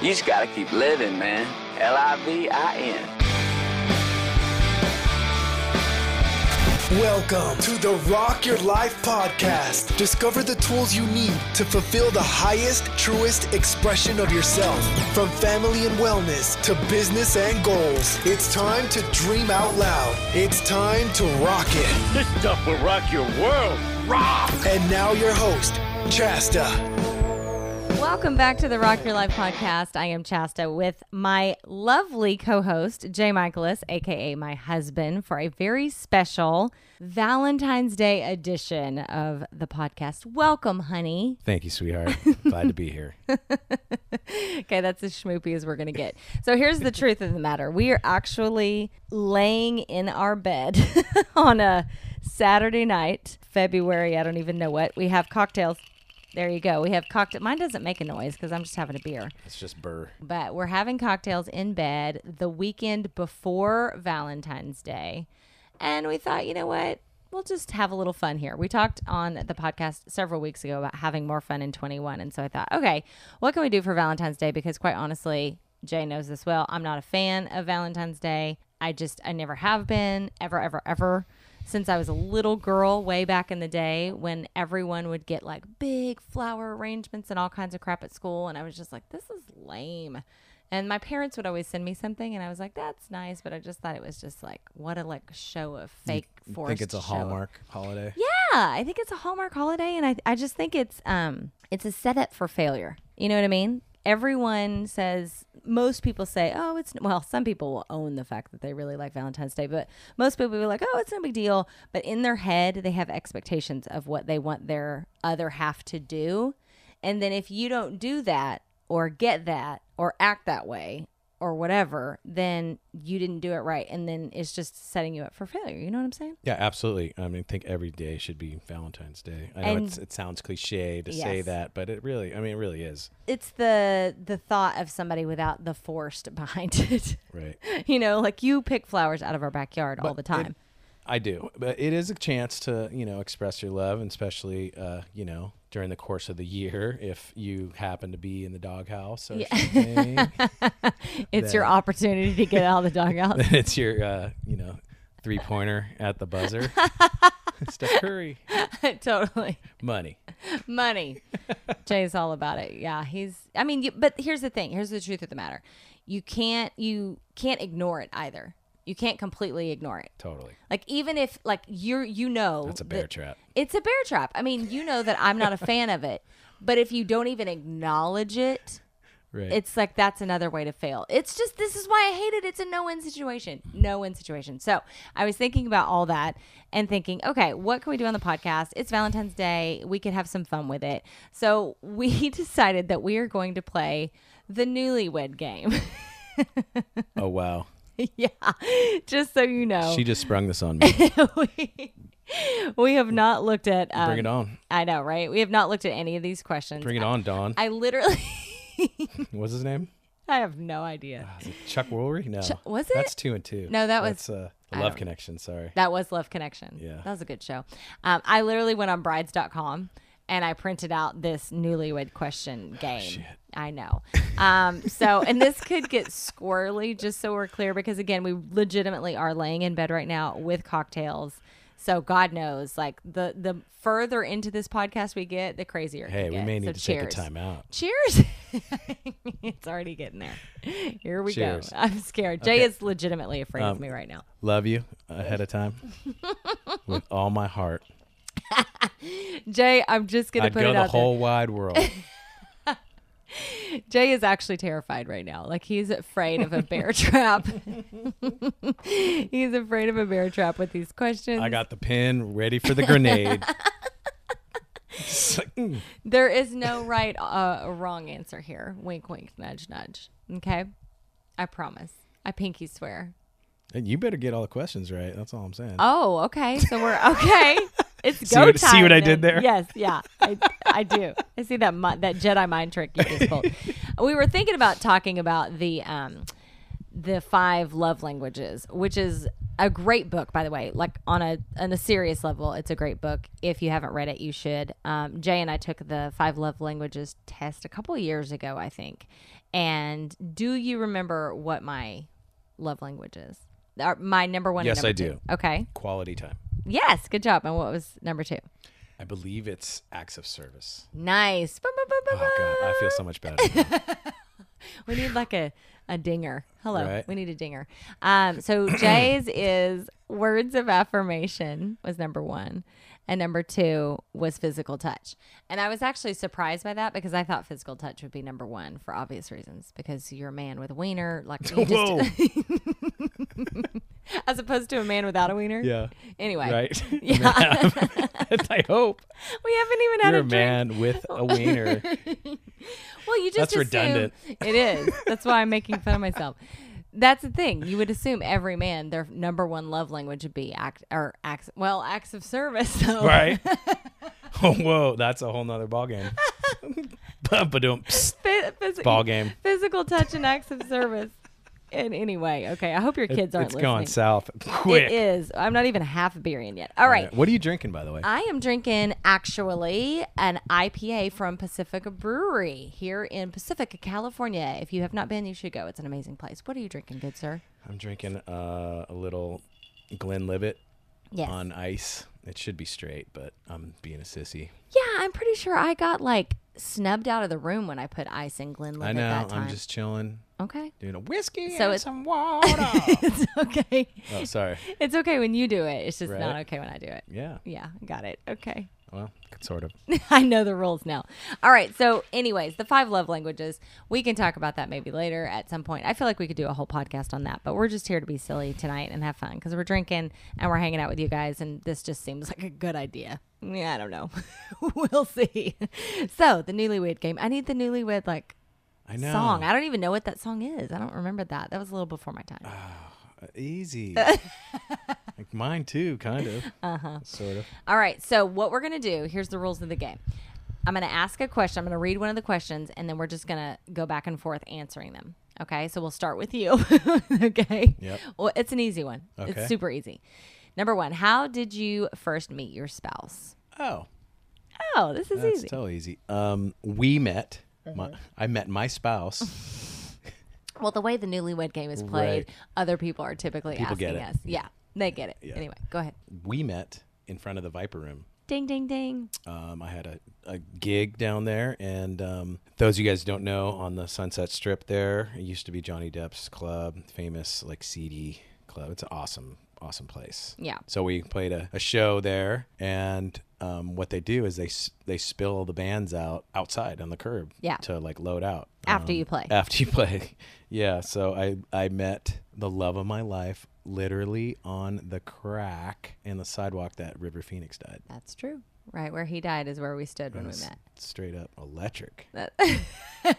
You just gotta keep living, man. L I V I N. Welcome to the Rock Your Life podcast. Discover the tools you need to fulfill the highest, truest expression of yourself. From family and wellness to business and goals, it's time to dream out loud. It's time to rock it. This stuff will rock your world. Rock! And now, your host, Chasta. Welcome back to the Rock Your Life podcast. I am Chasta with my lovely co host, Jay Michaelis, aka my husband, for a very special Valentine's Day edition of the podcast. Welcome, honey. Thank you, sweetheart. Glad to be here. Okay, that's as schmoopy as we're going to get. So here's the truth of the matter we are actually laying in our bed on a Saturday night, February, I don't even know what. We have cocktails. There you go. We have cocktail. Mine doesn't make a noise because I'm just having a beer. It's just burr. but we're having cocktails in bed the weekend before Valentine's Day. And we thought, you know what? We'll just have a little fun here. We talked on the podcast several weeks ago about having more fun in 21. And so I thought, okay, what can we do for Valentine's Day? Because quite honestly, Jay knows this well. I'm not a fan of Valentine's Day. I just, I never have been, ever, ever, ever since I was a little girl way back in the day when everyone would get like big flower arrangements and all kinds of crap at school. And I was just like, this is lame. And my parents would always send me something, and I was like, "That's nice," but I just thought it was just like, "What a like show of fake force." think it's a hallmark holiday. Yeah, I think it's a Hallmark holiday, and I I just think it's um it's a setup for failure. You know what I mean? Everyone says most people say, "Oh, it's well." Some people will own the fact that they really like Valentine's Day, but most people will be like, "Oh, it's no big deal." But in their head, they have expectations of what they want their other half to do, and then if you don't do that or get that or act that way or whatever, then you didn't do it right, and then it's just setting you up for failure. You know what I'm saying? Yeah, absolutely. I mean, I think every day should be Valentine's Day. I know And- it's, it sounds cliche to say Yes. that, but it really, I mean, it really is. it's the the thought of somebody without the forced behind it. Right. you know, like you pick flowers out of our backyard all the time. I do. But it is a chance to, you know, express your love, and especially, uh, you know, during the course of the year if you happen to be in the doghouse or something. it's your opportunity to get out of the doghouse. it's your, uh, you know, three pointer at the buzzer. Steph Curry. totally. Money. money. Jay's all about it. Yeah, he's. I mean, you, but here's the thing. Here's the truth of the matter. You can't. You can't ignore it either. You can't completely ignore it. Totally. Like even if like you're you know That's a that- bear trap. It's a bear trap. I mean, you know that I'm not a fan of it, but if you don't even acknowledge it, Right. it's like that's another way to fail. It's just this is why I hate it. It's a no win situation. No win situation. So I was thinking about all that and thinking, okay, what can we do on the podcast? It's Valentine's Day. We could have some fun with it. So we decided that we are going to play the newlywed game. oh, wow. yeah. Just so you know. She just sprung this on me. we, we have not looked at um, Bring it on. I know, right? We have not looked at any of these questions. Bring it on, Don. I literally What's his name? I have no idea. Is it Chuck Woolery? No. was That's it? two and two. No, that was- That's, uh, I the Love don't- Connection. Sorry. That was Love Connection. Yeah. That was a good show. Um, I literally went on brides.com and I printed out this newlywed question game. I know. Um, so, and this could get squirrely, just so we're clear, because again, we legitimately are laying in bed right now with cocktails. So God knows, like the the further into this podcast we get, the crazier. it hey, could we get. may So need to take cheers. a time out. Cheers. it's already getting there. Here we Cheers. Um, go. I'm scared. Jay is legitimately afraid of me right now. Love you ahead of time with all my heart. Jay, I'm just gonna I'd put go it the out whole wide world. there. Jay is actually terrified right now. Like he's afraid of a bear trap. he's afraid of a bear trap with these questions. I got the pin ready for the grenade. It's like, mm. there is no right uh, or wrong answer here. Wink, wink, nudge, nudge. Okay, I promise. I pinky swear. And you better get all the questions right. That's all I'm saying. Oh, okay. So we're okay. It's See go what- see time. what I then. did there? Yes, yeah, I, I do. I see that mi- that Jedi mind trick you just pulled. we were thinking about talking about the um, the five love languages, which is a great book, by the way. Like on a on a serious level, it's a great book. If you haven't read it, you should. Um, Jay and I took the five love languages test a couple years ago, I think. And do you remember what my love language is? Our- My number one. and Yes, number I two. do. Okay. Quality time. Yes. Good job. And what was number two? I believe it's acts of service. Nice. Ba, ba, ba, ba, Oh god, I feel so much better. now. We need like a, a dinger. Hello. Right. We need a dinger. Um, so Jay's is words of affirmation was number one. And number two was physical touch. And I was actually surprised by that because I thought physical touch would be number one for obvious reasons because you're a man with a wiener. Like, you just, as opposed to a man without a wiener. Yeah. Anyway, Right? Yeah. I hope. we haven't even had You're a drink. a man with a wiener. Well, you just That's assume- redundant. It is. That's why I'm making fun of myself. That's the thing. You would assume every man their number one love language would be act or acts. Well, acts of service. So. Right? Oh, whoa, that's a whole nother ballgame. Ba-ba-dum. Phy- phys- Ball game. Physical touch and acts of service. And anyway, okay. I hope your kids aren't it's listening. going south It quick. is. I'm not even half a beer in yet. All right. Uh, What are you drinking, by the way? I am drinking actually an IPA from Pacifica Brewery here in Pacifica, California. If you have not been, you should go. It's an amazing place. What are you drinking, good sir? I'm drinking uh, a little Glenlivet Yes. on ice. It should be straight, but I'm being a sissy. Yeah, I'm pretty sure I got like snubbed out of the room when I put ice in Glenlivet I know. that time. I'm just chilling, okay. doing a whiskey So and it's- some water. it's okay. oh, sorry. It's okay when you do it. It's just not Right. okay when I do it. Yeah. Yeah, got it. Okay. Well, sort of. I know the rules now. All right. So, anyways, the five love languages, we can talk about that maybe later at some point. I feel like we could do a whole podcast on that, but we're just here to be silly tonight and have fun because we're drinking and we're hanging out with you guys. And this just seems like a good idea. Yeah, I don't know. we'll see. So, the newlywed game. I need the newlywed, like, I know. song. I don't even know what that song is. I don't remember that. That was a little before my time. Ah. Easy. like mine too, kind of. Uh huh. Sort of. All right. So what we're gonna do? Here's the rules of the game. I'm gonna ask a question. I'm gonna read one of the questions, and then we're just gonna go back and forth answering them. Okay. So we'll start with you. okay. Yep. Well, it's an easy one. Okay. It's super easy. Number one, how did you first meet your spouse? Oh, Oh, this is that's easy. so easy. Um, we met. My, I met my spouse. Well, the way the newlywed game is played, Right. other people are typically People asking get it. us. Yeah, they get it. Anyway, go ahead. We met in front of the Viper Room. Ding, ding, ding. Um, I had a, a gig down there, and um, those of you guys who don't know, on the Sunset Strip there, it used to be Johnny Depp's club, famous like CD club. It's an awesome, awesome place. Yeah. So we played a, a show there, and um, what they do is they s- they spill the bands out outside on the curb. Yeah. To like load out Um, After you play. After you play, yeah. So I I met the love of my life literally on the crack in the sidewalk that River Phoenix died. That's true. Right where he died is where we stood when we met. Straight up electric. I'm,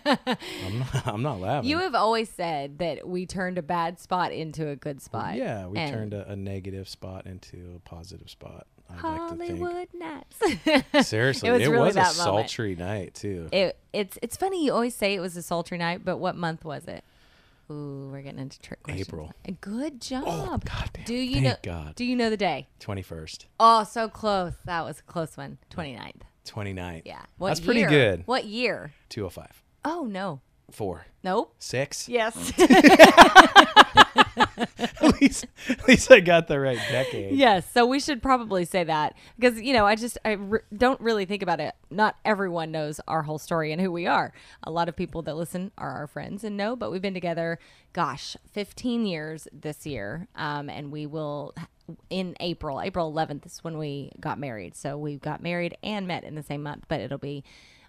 not, I'm not laughing. You have always said that we turned a bad spot into a good spot. yeah, we And turned a, a negative spot into a positive spot. I'd like Hollywood nights. to think. Seriously, It it was was, really a that moment. sultry night too. it, it's it's funny you always say it was a sultry night, but what month was it? Ooh, we're getting into trick questions. April. Good job. Oh, God damn, do you thank know? God. Do you know the day? Twenty first, Oh, so close. That was a close one. 29th. 29th. Yeah. What that's pretty year? good. What year? Two hundred five, Oh no. four, Nope. six. Yes. at least, at least I got the right decade. Yes, so we should probably say that because you know I just I re- don't really think about it. Not everyone knows our whole story and who we are. A lot of people that listen are our friends and know, but we've been together, gosh, 15 years this year, um, and we will in April. April 11th is when we got married. So we got married and met in the same month, but it'll be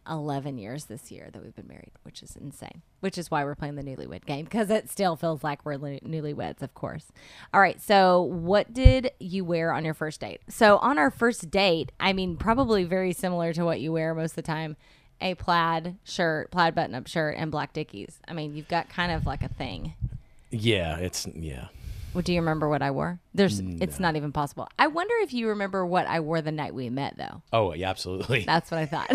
11 years this year that we've been married, which is insane, which is why we're playing the newlywed game because it still feels like we're lu- newlyweds, of course. All right. So, what did you wear on your first date? So, on our first date, I mean, probably very similar to what you wear most of the time a plaid shirt, plaid button up shirt, and black dickies. I mean, you've got kind of like a thing. Yeah, it's yeah. Well, do you remember what I wore? There's, it's not even possible. I wonder if you remember what I wore the night we met, though. Oh yeah, absolutely. That's what I thought.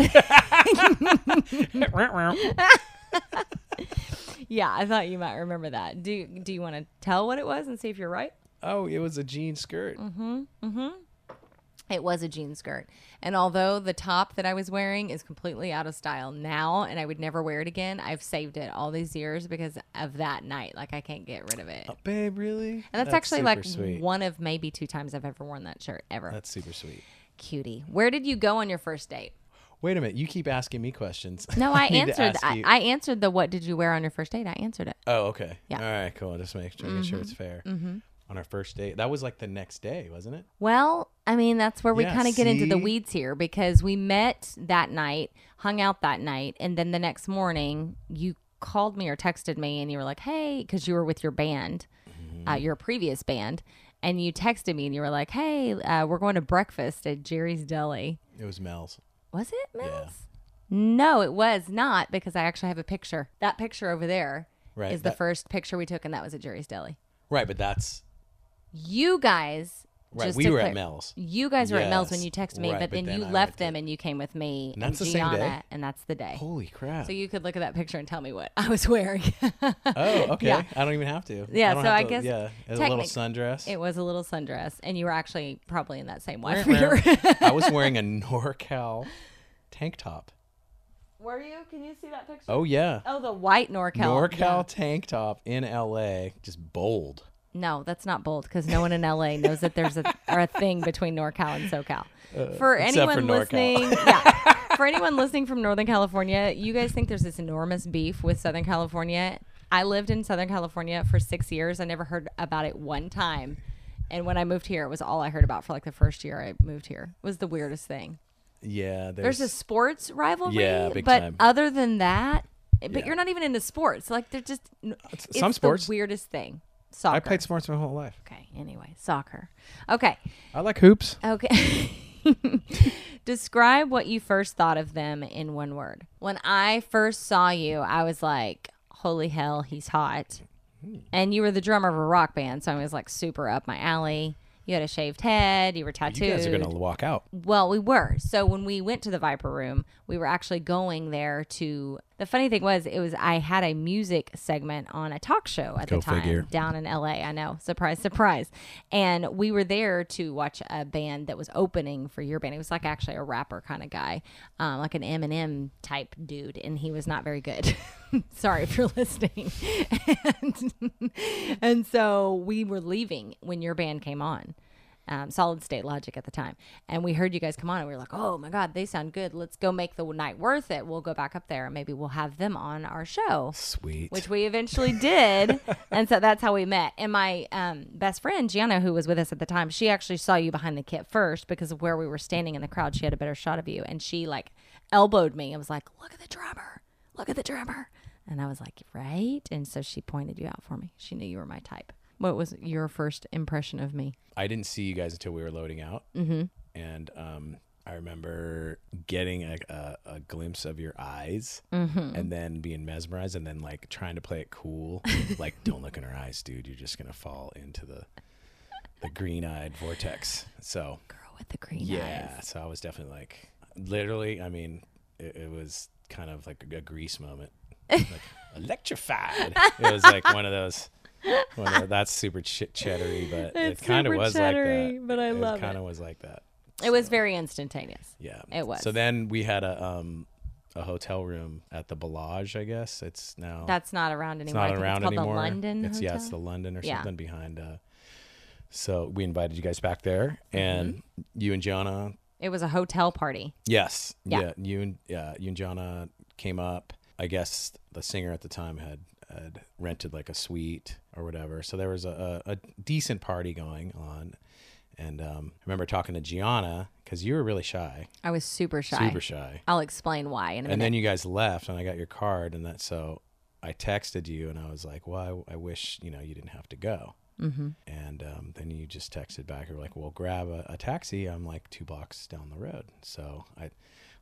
yeah, I thought you might remember that. Do Do you want to tell what it was and see if you're right? oh, it was a jean skirt. Mm-hmm. It was a jean skirt. And although the top that I was wearing is completely out of style now and I would never wear it again, I've saved it all these years because of that night. Like I can't get rid of it. Oh, babe, really? and that's, actually super like sweet. one of maybe two times I've ever worn that shirt ever. That's super sweet. Cutie. Where did you go on your first date? Wait a minute, you keep asking me questions. No, I, need to answered. ask I, you- I answered the what did you wear on your first date? I answered it. Oh, okay. Yeah. Mm-hmm. All right, cool. Just make, making sure it's fair. On our first date, that was like the next day, wasn't it? Well, I mean, that's where we Yeah, kind of get into the see? weeds here because we met that night, hung out that night, and then the next morning you called me or texted me and you were like, hey, because you were with your band, uh, Mm-hmm. your previous band. And you texted me and you were like, hey, uh, we're going to breakfast at Jerry's Deli. It was Mel's. Was it, Mills? No, it was not because I actually have a picture. That picture over there is Right, the that- first picture we took, and that was at Jerry's Deli. Right, but that's You guys. Right, just we to were at clear- Mel's. You guys were at Mel's when Yes, you texted me, right, but, but then, then you I left went to- them and you came with me and, And that's the same Gianna, day? and that's the day. holy crap. So you could look at that picture and tell me what I was wearing. oh, okay. Yeah. I don't even have to. Yeah, don't so have I to- guess yeah, it was a little technic- sundress. it was a little sundress, and you were actually probably in that same Wah, one. wah. I was wearing a NorCal tank top. were you? Can you see that picture? Oh yeah, Oh, the white NorCal. NorCal Yeah. tank top in LA, just bold. No, that's not bold because no one in LA knows that there's a, or a thing between NorCal and SoCal. for Uh, except for anyone NorCal. listening, yeah, for anyone listening from Northern California, you guys think there's this enormous beef with Southern California. I lived in Southern California for six years. I never heard about it one time. And when I moved here, it was all I heard about for like the first year I moved here. It was the weirdest thing. Yeah, there's, There's a sports rivalry, Yeah, big but time. other than that, but Yeah. you're not even into sports. Like they're just it's some sports. The weirdest thing. Soccer. I played sports my whole life. Okay. Anyway, soccer. Okay. I like hoops. Okay. Describe what you first thought of them in one word. When I first saw you, I was like, holy hell, he's hot. Hmm. And you were the drummer of a rock band, so I was like super up my alley. You had a shaved head, you were tattooed. You guys are gonna walk out. Well, we were. So when we went to the Viper Room, we were actually going there to. The funny thing was, it was I had a music segment on a talk show at Go the time figure. down in LA. I know, surprise, surprise. And we were there to watch a band that was opening for your band. He was like actually a rapper kind of guy, um, like an Eminem type dude, and he was not very good. Sorry if you're listening. and, and so we were leaving when your band came on. Um, solid state logic at the time. And we heard you guys come on and we were like, oh my God, they sound good. Let's go make the night worth it. We'll go back up there and maybe we'll have them on our show Sweet. which we eventually did and so that's how we met and my um, best friend gianna who was with us at the time she actually saw you behind the kit first because of where we were standing in the crowd she had a better shot of you and she like elbowed me and was like look at the drummer look at the drummer and i was like right and so she pointed you out for me she knew you were my type what was your first impression of me I didn't see you guys until we were loading out, mm-hmm. and um, I remember getting a, a, a glimpse of your eyes, and then being mesmerized, and then like trying to play it cool, like don't look in her eyes, dude. You're just gonna fall into the the green eyed vortex. So girl with the green yeah, eyes so I was definitely like, literally. I mean, it, it was kind of like a grease moment, like electrified. It was like one of those. One of, that's super ch- cheddary, but It's it kind of super was like cheddary, that. but I love it. Kind it. of was like that. it was very instantaneous Yeah, It was. So then we had a um a hotel room at the Bellage, I guess. It's now that's not around it's anymore not I think around it's called anymore. the london it's yeah, Hotel? it's the London or Yeah. something behind. Uh, so we invited you guys back there, Mm-hmm. and you and Gianna it was a hotel party Yes. Yeah. Yeah. You and yeah, you and Jana came up. I guess the singer at the time had had rented like a suite or whatever. So there was a, a, a decent party going on. And um, I remember talking to Gianna because you were really shy, i was super shy super shy. I'll explain why in a minute. And then you guys left, and I got your card, and that so I texted you, and I was like, "Well, I, I wish you know you didn't have to go." Mm-hmm. And um, then you just texted back, you were like, "Well, grab a, a taxi. I'm like two blocks down the road." So I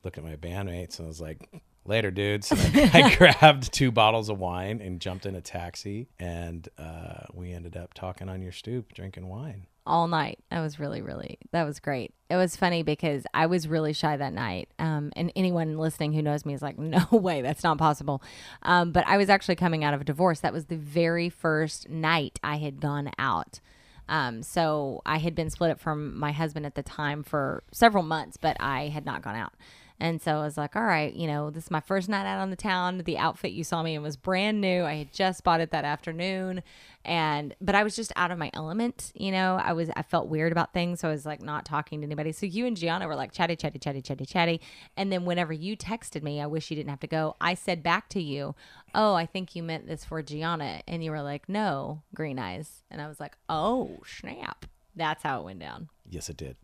looked at my bandmates, and I was like, "Later, dudes." And I, I grabbed two bottles of wine and jumped in a taxi, and uh, we ended up talking on your stoop, drinking wine. all night. That was really, really, that was great. It was funny because I was really shy that night. Um, and anyone listening who knows me is like, no way, that's not possible. Um, but I was actually coming out of a divorce. That was the very first night I had gone out. Um, so I had been split up from my husband at the time for several months, but I had not gone out. And so I was like, all right, you know, this is my first night out on the town. The outfit you saw me in was brand new. I had just bought it that afternoon. And, but I was just out of my element, you know, I was, I felt weird about things. So I was like not talking to anybody. So you and Gianna were like chatty, chatty, chatty, chatty, chatty. And then whenever you texted me, I wish you didn't have to go. I said back to you, oh, I think you meant this for Gianna. And you were like, no, green eyes. And I was like, oh, snap. That's how it went down. Yes, it did.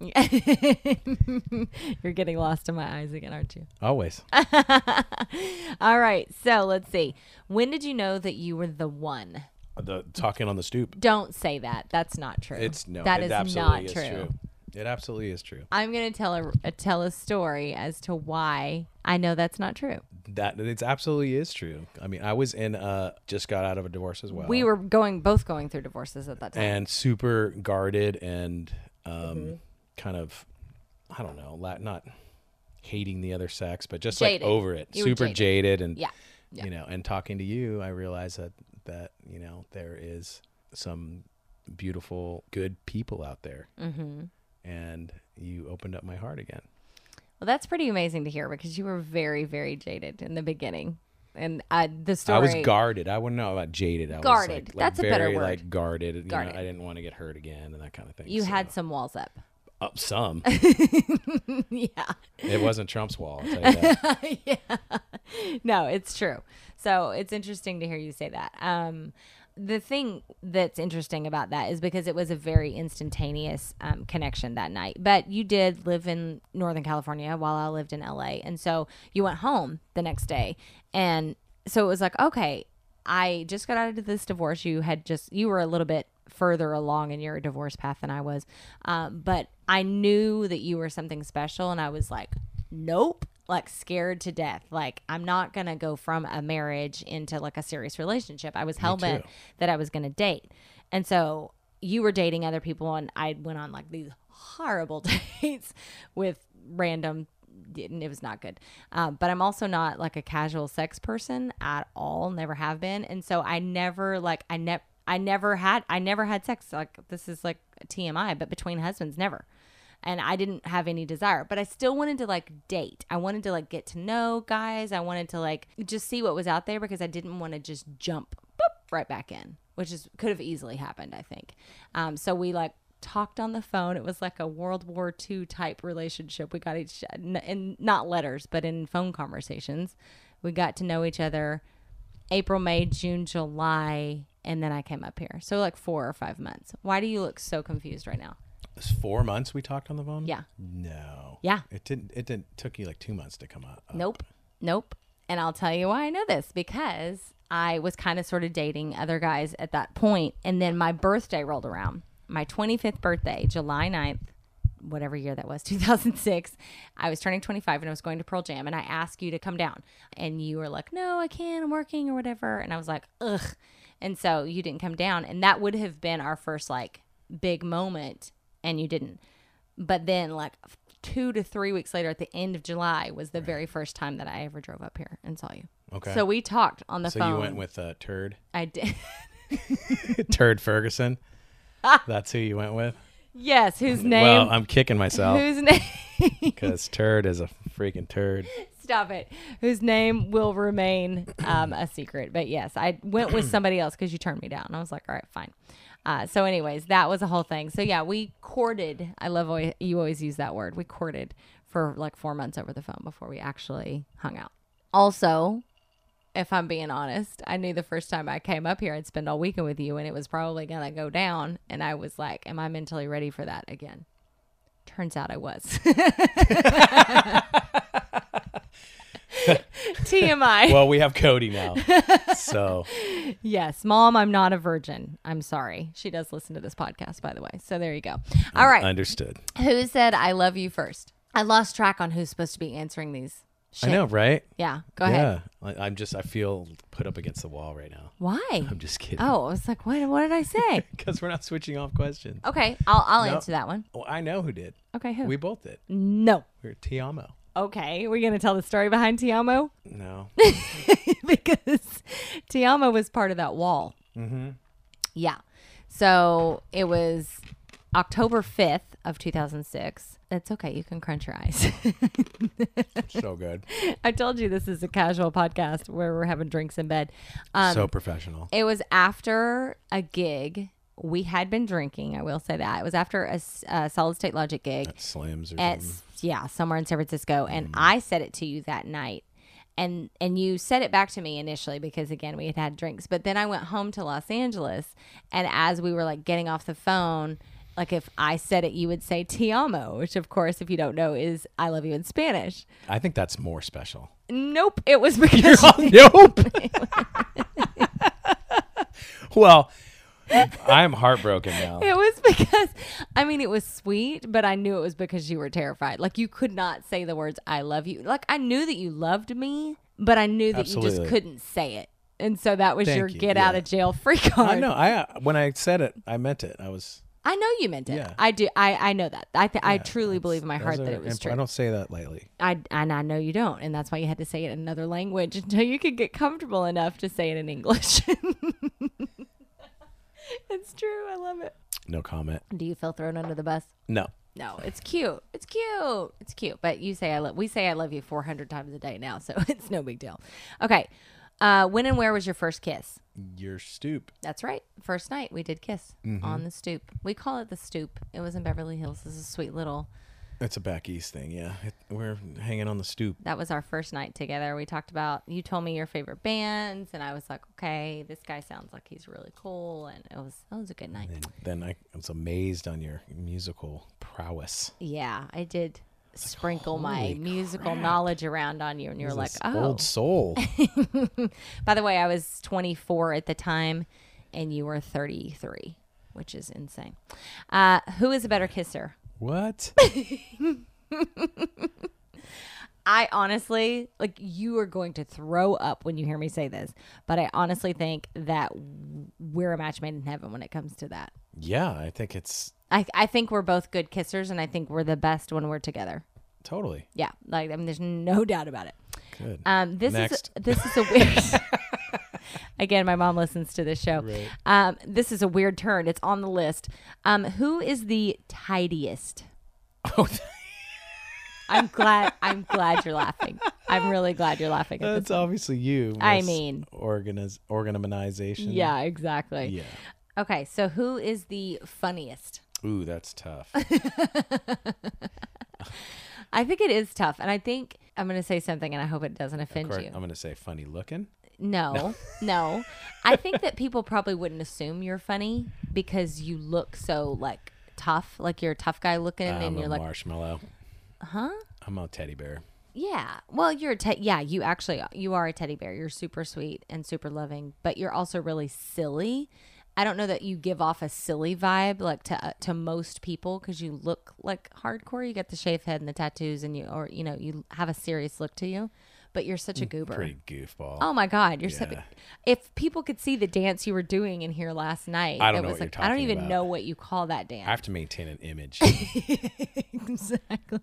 You're getting lost in my eyes again, aren't you? Always. All right. So let's see. When did you know that you were the one? the talking on the stoop. Don't say that. That's not true. It's no. That it is absolutely not is true. It absolutely is true. I'm gonna tell a, a tell a story as to why I know that's not true. That it's absolutely is true. I mean, I was in uh just got out of a divorce as well. We were going both going through divorces at that time. and super guarded and um Mm-hmm. kind of I don't know, la- not hating the other sex, but just Jaded. like over it. You were super jaded. jaded. and Yeah. Yeah. you know, and talking to you, I realized that that you know there is some beautiful, good people out there, mm-hmm. and you opened up my heart again. Well, that's pretty amazing to hear because you were very very jaded in the beginning, and uh, the story. I was guarded. I wouldn't know about jaded. I was Guarded. like, like That's a very better word. like guarded. You know, Guarded. I didn't want to get hurt again and that kind of thing. You so- had some walls up. Uh, some. yeah. it wasn't Trump's wall. I'll tell you that. no, it's true. So it's interesting to hear you say that. Um, the thing that's interesting about that is because it was a very instantaneous um, connection that night. But you did live in Northern California while I lived in LA. And so you went home the next day. And so it was like, okay, I just got out of this divorce. You had just, you were a little bit further along in your divorce path than I was. Um, but I knew that you were something special. And I was like, nope like scared to death like i'm not gonna go from a marriage into like a serious relationship i was hell bent too. that i was gonna date and so you were dating other people and i went on like these horrible dates with random and it was not good um, but i'm also not like a casual sex person at all never have been and so i never like i never i never had i never had sex like this is like tmi but between husbands never and I didn't have any desire, but I still wanted to like date. I wanted to like get to know guys. I wanted to like just see what was out there because I didn't want to just jump boop, right back in, which is could have easily happened, I think. Um, so we like talked on the phone. It was like a World War II type relationship. We got each n- in not letters, but in phone conversations. We got to know each other April, May, June, July, and then I came up here. So like 4 or 5 months. Why do you look so confused right now? It's four months we talked on the phone. Yeah. No. Yeah. It didn't. It didn't. Took you like two months to come out. Nope. Nope. And I'll tell you why I know this because I was kind of sort of dating other guys at that point, And then my birthday rolled around. My 25th birthday, July 9th, whatever year that was, 2006. I was turning 25 and I was going to Pearl Jam. And I asked you to come down. And you were like, no, I can't. I'm working or whatever. And I was like, ugh. And so you didn't come down. And that would have been our first like big moment. And you didn't but then like f- two to three weeks later at the end of july was the very first time that i ever drove up here and saw you Okay. so we talked on the So phone you went with uh, Turd. i did Turd Ferguson. That's who you went with. yes whose name Well, I'm kicking myself whose name because Turd is a freaking turd. stop it whose name will remain um, a secret but yes i went with somebody else because you turned me down i was like all right fine uh, so anyways that was a whole thing so yeah we courted i love always, you always use that word we courted for like four months over the phone before we actually hung out also if I'm being honest, I knew the first time I came up here, I'd spend all weekend with you, and it was probably gonna go down. And I was like, "Am I mentally ready for that again?" Turns out I was. TMI. Well, we have Cody now, so yes, mom, I'm not a virgin. I'm sorry. She does listen to this podcast, by the way. So there you go. All right. understood. who said I love you first? I lost track on who's supposed to be answering these. Shit. I know, right? Yeah. Go ahead. Yeah, I, I'm just. I feel put up against the wall right now. Why? I'm just kidding. Oh, I was like, what? What did I say? because we're not switching off questions. okay, I'll I'll No. answer that one. Well, I know who did. Oh. Okay, who? Mm. We both did. No. We were Tiamo. Okay, we're gonna tell the story behind Tiamo No, because Tiamo was part of that wall. Mm-hmm. Yeah. So it was October 5th of 2006. That's okay. You can crunch your eyes. So good. I told you this is a casual podcast where we're having drinks in bed. Um, so professional. it was after a gig. We had been drinking. I will say that it was after a, s- a solid state logic gig. Slams or at something. yeah somewhere in San Francisco, and I said it to you that night, and and you said it back to me initially because again we had had drinks, but then I went home to Los Angeles, and as we were like getting off the phone. Like if I said it, you would say "te amo," which of course, if you don't know, is "I love you" in Spanish. I think that's more special. Nope, it was because nope. well, I'm heartbroken now. It was because, I mean, it was sweet, but I knew it was because you were terrified. Like, you could not say the words, I love you. Like, I knew that you loved me, but I knew that you Absolutely. just couldn't say it. And so that was Thank your you, get yeah. out of jail free card. I know. I uh, when I said it, I meant it. I was. I know you meant it. Yeah. I do. I, I know that. I, th- I truly that's- believe in my those heart are that it was imp- true. I don't say that lightly. I, and I know you don't. And that's why you had to say it in another language until you could get comfortable enough to say it in English. it's true. I love it. No comment. Do you feel thrown under the bus? No. No, it's cute. It's cute. It's cute. But you say I love. We say I love you four hundred times a day now, so it's no big deal. Okay. Uh, when and where was your first kiss? Your stoop. That's right. First night we did kiss Mm-hmm. on the stoop. We call it the stoop. It was in Beverly Hills. This is a sweet little. It's a back east thing. Yeah, it, we're hanging on the stoop. That was our first night together. We talked about you told me your favorite bands, and I was like, okay, this guy sounds like he's really cool, and it was that was a good night. And then I was amazed on your musical prowess. Yeah, I did sprinkle my holy musical knowledge around on you, and you were like, This oh, old soul. By the way, I was 24 at the time, and you were 33, which is insane. Uh, who is a better kisser? what? I honestly, like, you are going to throw up when you hear me say this, but I honestly think that w- we're a match made in heaven when it comes to that. Yeah, I think it's I, I think we're both good kissers, and I think we're the best when we're together. totally Yeah, like I mean, there's no doubt about it. good. Um, this Next. is this is a weird. Again, my mom listens to this show. Um, this is a weird turn. It's on the list. Um, who is the tidiest? oh, I'm glad. I'm glad you're laughing. I'm really glad you're laughing. At this. that's obviously you. I Miss mean- organiz- organization. Yeah, exactly. Yeah. Okay, so who is the funniest? Ooh, that's tough. I think it is tough, and I think I'm going to say something, and I hope it doesn't offend Cor- you. I'm gonna say funny looking. No, no. I think that people probably wouldn't assume you're funny because you look so like tough, like you're a tough guy looking, I'm and a you're like, marshmallow. Huh? I'm a teddy bear. yeah. Well, you're a te- yeah. You actually you are a teddy bear. You're super sweet and super loving, but you're also really silly. I don't know that you give off a silly vibe like to uh, to most people because you look like hardcore. You got the shaved head and the tattoos, and you or you know you have a serious look to you, but you're such a goober. Mm, Pretty goofball. Oh my God, you're so. Yeah. If people could see the dance you were doing in here last night, I don't it know was what you're like I don't talking even about. know what you call that I dance. have to maintain an image. exactly.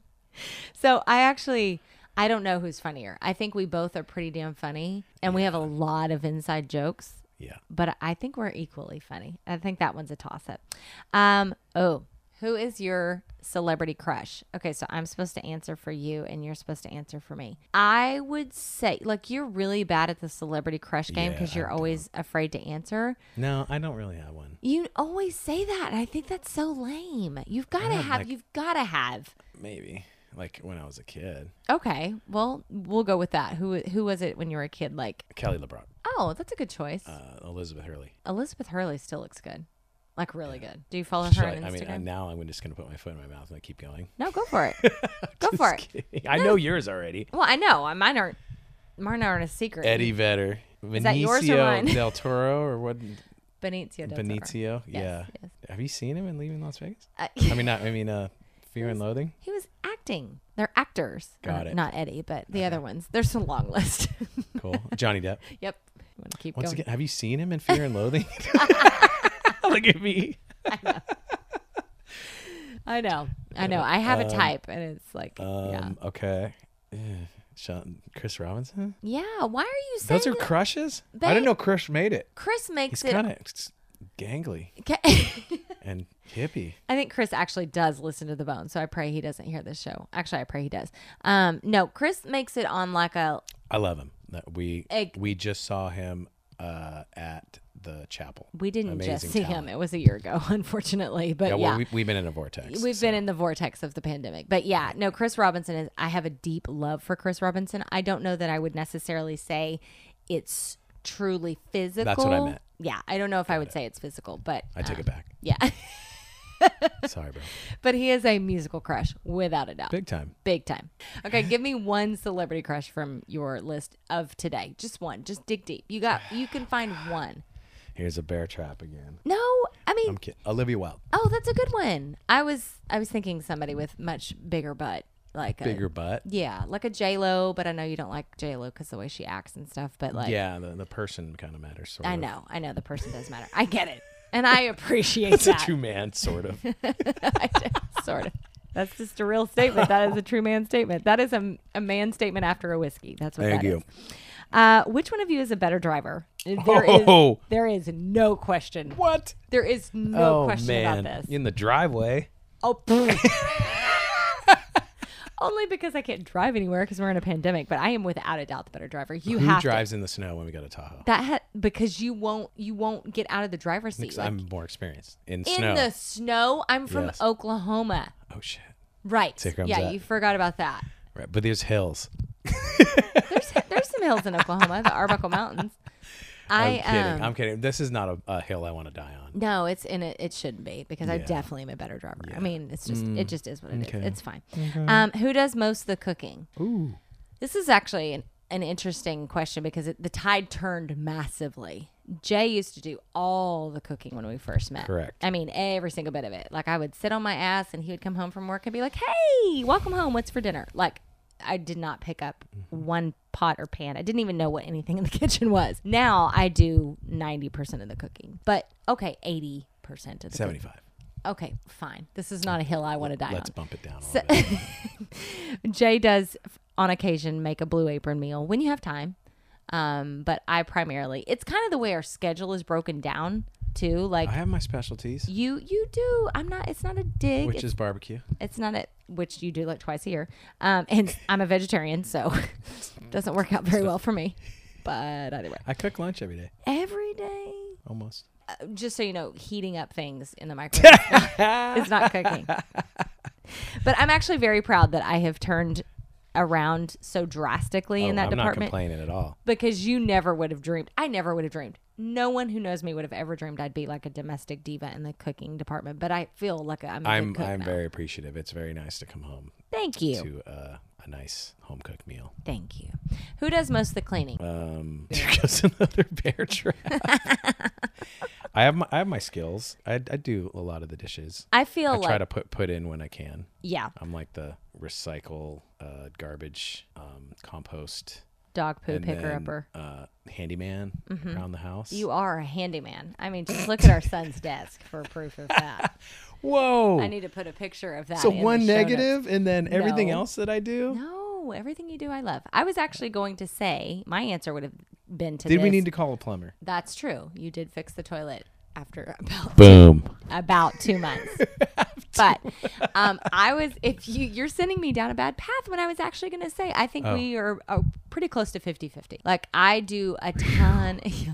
So I actually, I don't know who's funnier. I think we both are pretty damn funny, and we have a lot of inside jokes. yeah. But I think we're equally funny. I think that one's a toss up. Um. Oh, who is your celebrity crush? Okay, so I'm supposed to answer for you, and you're supposed to answer for me. I would say, like, you're really bad at the celebrity crush game Yeah, because you're always afraid to answer. No, I don't really have one. You always say that. and I think that's so lame. You've got to have. you've got to have. Maybe like when I was a kid, Okay, well, we'll go with that. Who who was it when you were a kid? Like, Kelly LeBrock, oh, that's a good choice. uh, Elizabeth Hurley. Elizabeth Hurley still looks good, like really good. Do you follow She's her like- on Instagram? I mean, I, now I'm just gonna put my foot in my mouth and I keep going. No, go for it. go for it. I know yours already. Well, I know I- mine aren't mine aren't a secret. Eddie Vedder, Benicio that yours or mine? del Toro, or what? Benicio del Toro. Benicio. Yeah. Yes, yes. Have you seen him in Leaving Las Vegas? Uh, I mean, not. I mean, uh, Fear and Loathing. he was acting. They're actors. Got Uh, it. Not Eddie, but the other ones. There's a long list. Cool. Johnny Depp. yep. You want to keep Once going? again, have you seen him in Fear and Loathing? Look at me. I know. I know. I have a type, and it's like, Um, yeah, Okay. Ugh. Sean, Chris Robinson. yeah. Why are you saying Those are crushes. I They- didn't know Crush made it. Chris He's makes it kind of gangly Okay. and hippie. I think Chris actually does listen to the bone, so I pray he doesn't hear this show. Actually, I pray he does. Um, no, Chris makes it on like a I love him. That we Egg. we just saw him uh, at the chapel. we didn't Amazing just see him. talent. It was a year ago, unfortunately. But yeah, yeah, well, we, we've been in a vortex. We've been in the vortex of the pandemic. But yeah, no, Chris Robinson is, I have a deep love for Chris Robinson. I don't know that I would necessarily say it's truly physical. meant. Yeah, I don't know if I would say it's physical, but I take uh, it back. Yeah, Sorry, bro. but he is a musical crush without a doubt. Big time. Big time. Okay, give me one celebrity crush from your list of today. Just one. Just dig deep. You got you can find one. Here's a bear trap again. No, I mean I'm kidding. Olivia Wilde. Oh, that's a good one. I was I was thinking somebody with much bigger butt, like a- Bigger butt. yeah, like a J Lo. But I know you don't like J Lo because the way she acts and stuff. But like, yeah, the, the person kind of matters. Sort I of. know, I know the person does matter. I get it, and I appreciate It's a that. two man sort of. I do, sort of. That's just a real statement. That is a true man statement. That is a, a man statement after a whiskey. That's what There that you is. Uh, which one of you is a better driver? There is- Oh. there is no question. what? There is no oh question man, about this. in the driveway. Oh. Only because I can't drive anywhere because we're in a pandemic, but I am without a doubt the better driver. You Who have drives in the snow when we go to Tahoe? to, that ha- because you won't you won't get out of the driver's seat. Because Like, I'm more experienced in, in snow. the snow. I'm from Yes. Oklahoma, oh shit! right? Here comes yeah, that. you forgot about that. Right, but there's hills. There's there's some hills in Oklahoma, the Arbuckle Mountains. I I'm kidding. um, I'm kidding. This is not a, a hill I want to die on. No, it's in it. It shouldn't be because I Yeah. Mm. definitely am a better driver. I mean, it's just it just is what it is. Okay. It's fine. Um, who does most of the cooking? Ooh, this is actually an, an interesting question because it, the tide turned massively. Jay used to do all the cooking when we first met. Correct. I mean, every single bit of it. Like I would sit on my ass, and he would come home from work and be like, "Hey, welcome home. What's for dinner?" Like. I did not pick up Mm-hmm. one pot or pan. I didn't even know what anything in the kitchen was. Now I do 90% of the cooking, but okay, 80% of the cooking. Seventy-five. Okay, fine. This is not a hill I want to die Let's on. bump it down a little bit. Jay does, f- on occasion, make a blue apron meal when you have time. Um, but I primarily, it's kind of the way our schedule is broken down too. Like I have my specialties, you, you do. I'm not. It's not a dig. which it's, is barbecue. it's not a which you do like twice a year. Um, and I'm a vegetarian, so doesn't work out very well for me. But either way, I cook lunch every day, every day almost. just so you know, heating up things in the microwave is not- is not cooking. But I'm actually very proud that I have turned around so drastically in Oh, that I'm not department complaining at all. because you never would have dreamed. I never would have dreamed. No one who knows me would have ever dreamed I'd be like a domestic diva in the cooking department. But I feel like I'm. A I'm good cook I'm now. very appreciative. It's very nice to come home Thank you. to uh, a nice home cooked meal. Thank you. Who does most of the cleaning? Um, there goes another bear trap. I have my I have my skills. I, I do a lot of the dishes. I feel I like try to um, put put in when I can. yeah, I'm like the recycle, uh, garbage, um, compost, dog poo and picker then, upper. uh, handyman around the house. Mm-hmm. You are a handyman. I mean, just look at our son's desk for proof of that. Whoa! I need to put a picture of that. so in the one show notes. negative, and then everything No. else that I do. No, everything you do, I love. I was actually going to say my answer would have been to. Did we this. need to call a plumber? That's true. You did fix the toilet after about Boom. about two months. but um, I was if you you're sending me down a bad path when I was actually going to say I think Oh. we are, uh pretty close to 50-50. Like I do a ton. Yeah.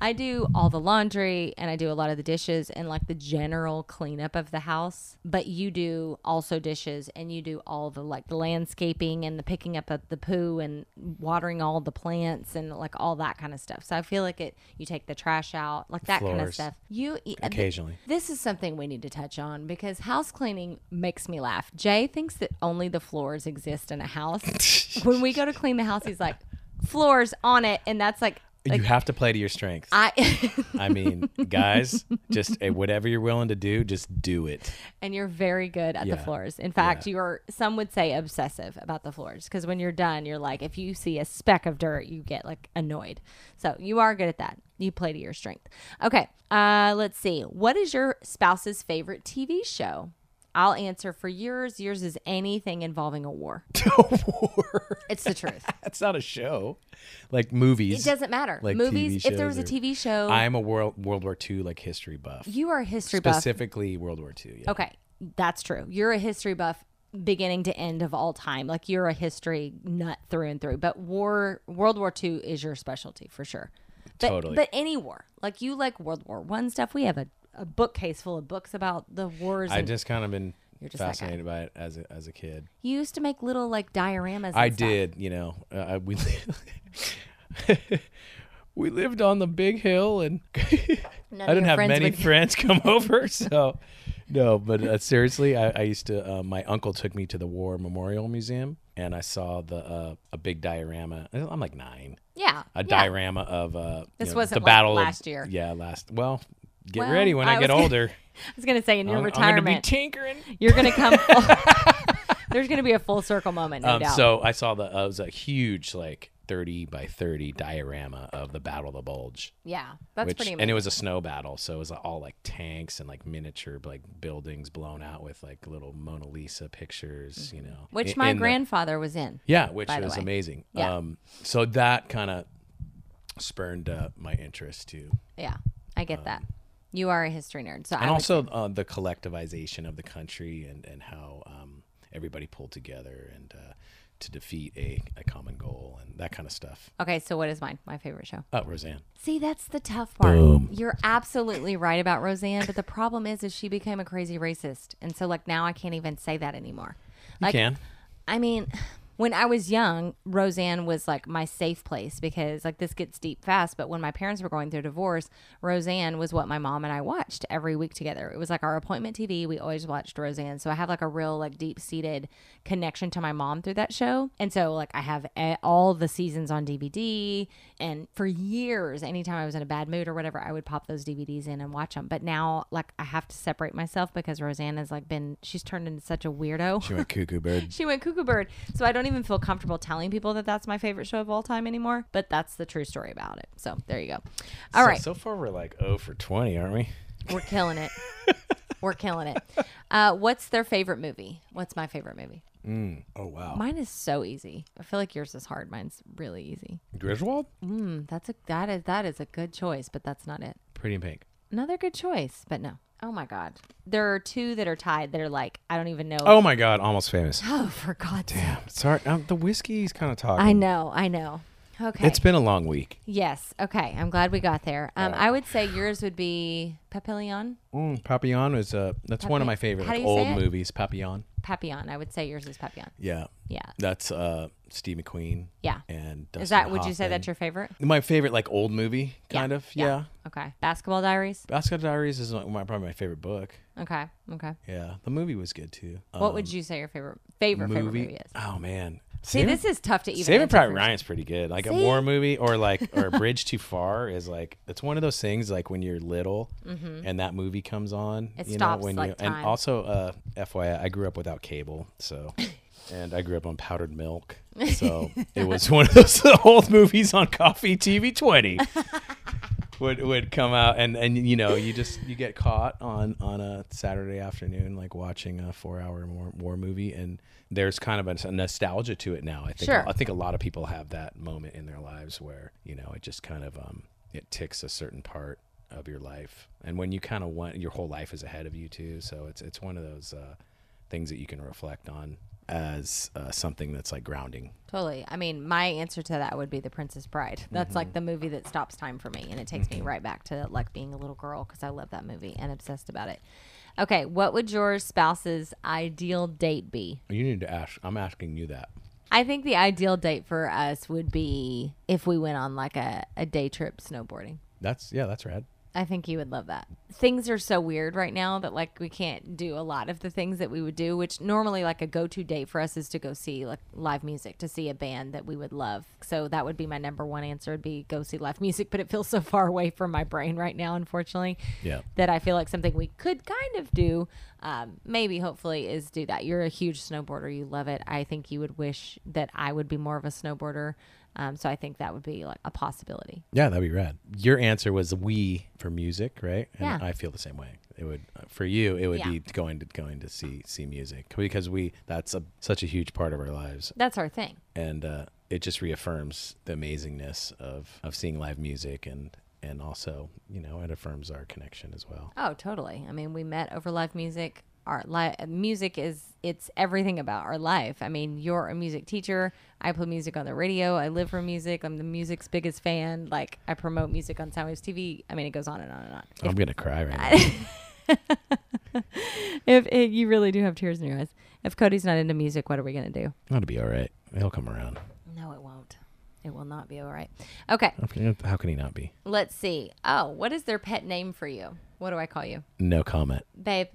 I do all the laundry and I do a lot of the dishes and like the general cleanup of the house. But you do also dishes and you do all the like the landscaping and the picking up of the poo and watering all the plants and like all that kind of stuff. So I feel like it you take the trash out, like that kind of Floors. stuff. You e, uh, Occasionally. this is something we need to touch on because house cleaning makes me laugh. Jay thinks that only the floors exist in a house. when we go to clean the house, he's like, floors on it. And that's like, like you have to play to your strengths. I, I mean, guys, just eh, whatever you're willing to do, just do it. and you're very good at the Yeah. floors. In fact, you are, some would say, obsessive about the floors because when you're done, you're like, if you see a speck of dirt, you get like annoyed. So you are good at that. You play to your strength. Okay. Uh, let's see. What is your spouse's favorite TV show? I'll answer for yours. Yours is anything involving a war. It's the truth. That's not a show. Like movies. It doesn't matter. Like Movies, TV if there was a shows or- TV show, I'm a world World War II like history buff. you are a history buff. Specifically World War II. Yeah. Okay, that's true. You're a history buff beginning to end of all time. Like you're a history nut through and through. But war World War II is your specialty for sure. But, Totally. But any war. Like you like World War One stuff. We have a, a bookcase full of books about the wars. I And just kind of been You're just that guy. fascinated by it as a, as a kid. you used to make little like dioramas. and I stuff. did, you know. Uh, I- we we lived on the big hill, and None I of didn't your have friends many would- friends come over. So no, but uh, seriously, I, I used to. Uh, my uncle took me to the War Memorial Museum, and I saw the uh, a big diorama. I'm like nine. Yeah. A yeah. diorama of uh, This you know, wasn't like the battle of- last year. Yeah, last. Well, get Well, ready when I, I get was- older. I was gonna say in your I'm, I'm retirement, gonna be tinkering. you're gonna come. full- There's gonna be a full circle moment, no Um, doubt. so I saw the uh, it was a huge like thirty by thirty diorama of the Battle of the Bulge, yeah, that's which pretty. Amazing. and it was a snow battle, so it was all like tanks and like miniature like buildings blown out with like little Mona Lisa pictures, you know. Mm-hmm. which in- my in the- grandfather was in. yeah, which by the was way. amazing. Yeah. Um, so that kind of spurned uh, my interest too, Yeah, I get that. You are a history nerd, so I Um, and would- also uh, the collectivization of the country and and how um, everybody pulled together and. Uh, to defeat a, a common goal and that kind of stuff. okay. So what is mine? My favorite show. Oh, Roseanne. See, that's the tough part. Boom. You're absolutely right about Roseanne, but the problem is, is she became a crazy racist, and so like now I can't even say that anymore. Like, can. I mean, when I was young, Roseanne was like my safe place because like this gets deep fast. But when my parents were going through divorce, Roseanne was what my mom and I watched every week together. It was like our appointment TV. We always watched Roseanne. So I have like a real like deep seated connection to my mom through that show. And so like I have a- all the seasons on DVD. And for years, anytime I was in a bad mood or whatever, I would pop those DVDs in and watch them. But now like I have to separate myself because Roseanne has like been, she's turned into such a weirdo. She went cuckoo bird. She went cuckoo bird. So I don't even feel comfortable telling people that that's my favorite show of all time anymore. But that's the true story about it. So there you go. All so, right, So far, we're like 0 for 20, aren't we? we're killing it. We're killing it. Uh, what's their favorite movie? What's my favorite movie? Oh, wow. Mine is so easy. I feel like yours is hard. Mine's really easy. Griswold? Mm, that's a that is that is a good choice, but that's not it. Pretty in Pink. Another good choice, but no. Oh my god, there are two that are tied that are like I don't even know. Oh, my God. Almost famous. Oh, for God's sake! Sorry. Um, the whiskey's kind of talking. I know, I know. Okay, It's been a long week. Yes. Okay. I'm glad we got there. Um, I would say yours would be Papillon. Mm, Papillon is uh, that's one of my favorite How do like, you say old it? movies. Papillon. Papillon. I would say yours is Papillon. Yeah. Yeah. That's uh, Steve McQueen. Yeah. And Dustin Is that? Would you say Hoffman. that's your favorite? my favorite like old movie kind of? Yeah. Okay. Basketball Diaries. Basketball Diaries is like, my, probably my favorite book. Okay. Okay. Yeah. The movie was good too. Um, What would you say your favorite favorite favorite movie is? Oh man. See, this is tough to even. Saving answer Private for- Ryan's pretty good. Like a See? war movie or like or a Bridge Too Far is like it's one of those things like when you're little and that movie comes on. Mm-hmm. It you stops, know, when like, you time. and also uh FYI, I grew up without cable, so and I grew up on powdered milk. So it was one of those old movies on coffee TV twenty. Would, would come out and, and you know you just you get caught on on a Saturday afternoon like watching a four hour war, war movie and there's kind of a nostalgia to it now I think Sure. I think a lot of people have that moment in their lives where you know it just kind of um it ticks a certain part of your life and when you kind of want your whole life is ahead of you too so it's it's one of those uh, things that you can reflect on as uh, something that's like grounding Totally. I mean, my answer to that would be The Princess Bride. That's like the movie that stops time for me, and it takes me right back to like being a little girl because I love that movie and obsessed about it. Okay, what would your spouse's ideal date be? you need to ask I'm asking you that I think the ideal date for us would be if we went on like a, a day trip snowboarding. that's yeah that's rad I think you would love that. Things are so weird right now that like we can't do a lot of the things that we would do, which normally like a go to date for us is to go see like live music, to see a band that we would love. So that would be my number one answer would be go see live music, but it feels so far away from my brain right now, unfortunately. Yeah. That I feel like something we could kind of do, um, maybe hopefully is do that. You're a huge snowboarder, you love it. I think you would wish that I would be more of a snowboarder. Um, so I think that would be like a possibility. Yeah, that'd be rad. Your answer was we for music, right? And Yeah. I feel the same way. It would uh, for you. It would Yeah. be going to going to see see music because we that's a, such a huge part of our lives, That's our thing. and uh, it just reaffirms the amazingness of of seeing live music and and also you know it affirms our connection as well. Oh, totally. I mean, we met over live music. Our li- music is it's everything about our life. I mean, you're a music teacher. I play music on the radio. I live for music. I'm the music's biggest fan. Like I promote music on Soundwaves TV. I mean, it goes on and on and on. I'm gonna cry right now. If, if you really do have tears in your eyes, if Cody's not into music, what are we gonna do? That'll be all right. He'll come around. No, it won't. It will not be all right. Okay, How can he not be? let's see. Oh, what is their pet name for you? What do I call you, No comment. babe?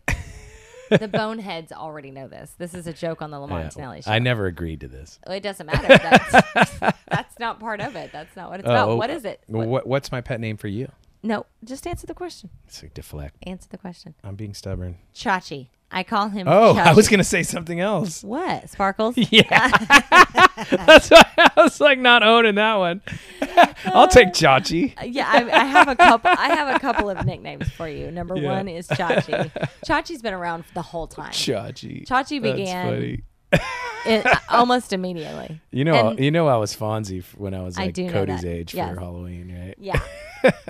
the boneheads already know this. This is a joke on the Lamont Yeah. Snelly show. I never agreed to this. Well, It doesn't matter. That's, that's not part of it. That's not what it's about. Oh, What is it? Well, What- what, what's my pet name for you? No, just answer the question. It's like deflect. Answer the question. I'm being stubborn. Chachi. I call him. Oh, I Chachi. was gonna say something else. What sparkles? Yeah, that's why I was like not owning that one. I'll take Chachi. yeah, I, I have a couple. I have a couple of nicknames for you. Number Yeah. one is Chachi. Chachi's been around the whole time. Chachi. Chachi began- That's funny. It, almost immediately. You know, And- you know, I was Fonzie f- when I was I like do know Cody's that. age Yes. for Halloween, right? Yeah,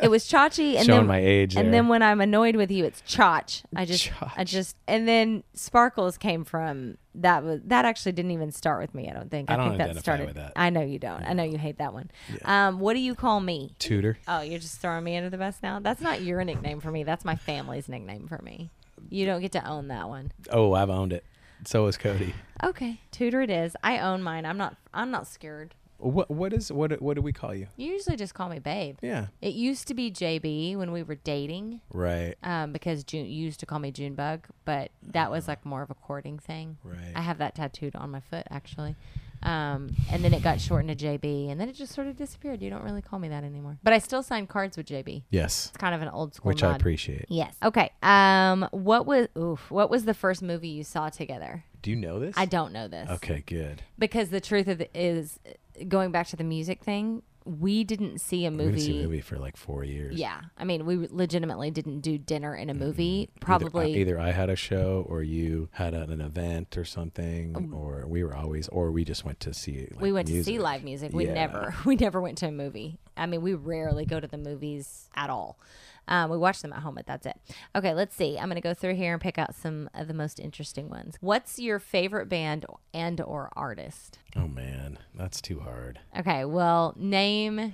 it was Chachi, and Showing then my age And there. then when I'm annoyed with you, it's Chach. I just, I Chach. just, and then Sparkles came from that. Was that actually didn't even start with me? I don't think. I, I don't think that identify started. with that. I know you don't. I know you hate that one. Um, what do you call me? Tutor. Oh, you're just throwing me under the bus now. That's not your nickname for me. That's my family's nickname for me. You don't get to own that one. Oh, I've owned it. So has Cody. Okay, Tudor it is. I own mine. I'm not. I'm not scared. What what is what what do we call you? You usually just call me babe. Yeah. It used to be JB when we were dating. Right. um, because June you used to call me Junebug, but that was like more of a courting thing. Uh-huh. Right. I have that tattooed on my foot actually, um, and then it got shortened to JB, and then it just sort of disappeared. You don't really call me that anymore, but I still sign cards with JB. Yes. It's kind of an old school. Which I nod. appreciate. Yes. Okay. Um. What was oof? What was the first movie you saw together? Do you know this? I don't know this. Okay, good. Because the truth of it is, going back to the music thing, we didn't see a We haven't movie. seen a movie for like four years. Yeah. I mean, we legitimately didn't do dinner in a movie. Probably uh, Either, I had a show, or you had an, an event or something, or we were always, or we just went to see. Like, Mm. we went to see music. live music. We Yeah. never, we never went to a movie. I mean, we rarely go to the movies at all. Um, we watch them at home, but that's it. Okay, let's see. I'm gonna go through here and pick out some of the most interesting ones. What's your favorite band and or artist? Oh man, that's too hard. Okay, well, name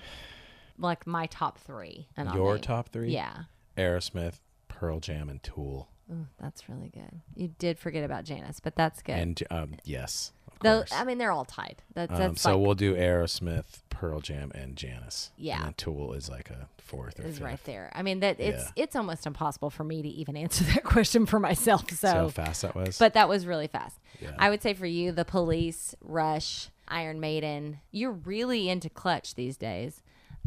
like my top three. And I'll Your name- top three? Yeah, Aerosmith, Pearl Jam, and Tool, Ooh, that's really good. You did forget about Janice, but that's good. and um, yes, of Though, course. I mean, they're all tied. That's, um, that's so like, we'll do Aerosmith, Pearl Jam, and Janis. Yeah. and then Tool is like a fourth or is fifth. right there. I mean that it's Yeah. it's almost impossible for me to even answer that question for myself. So, See how fast that was. but that was really fast. Yeah. I would say for you, the Police, Rush, Iron Maiden. You're really into Clutch these days.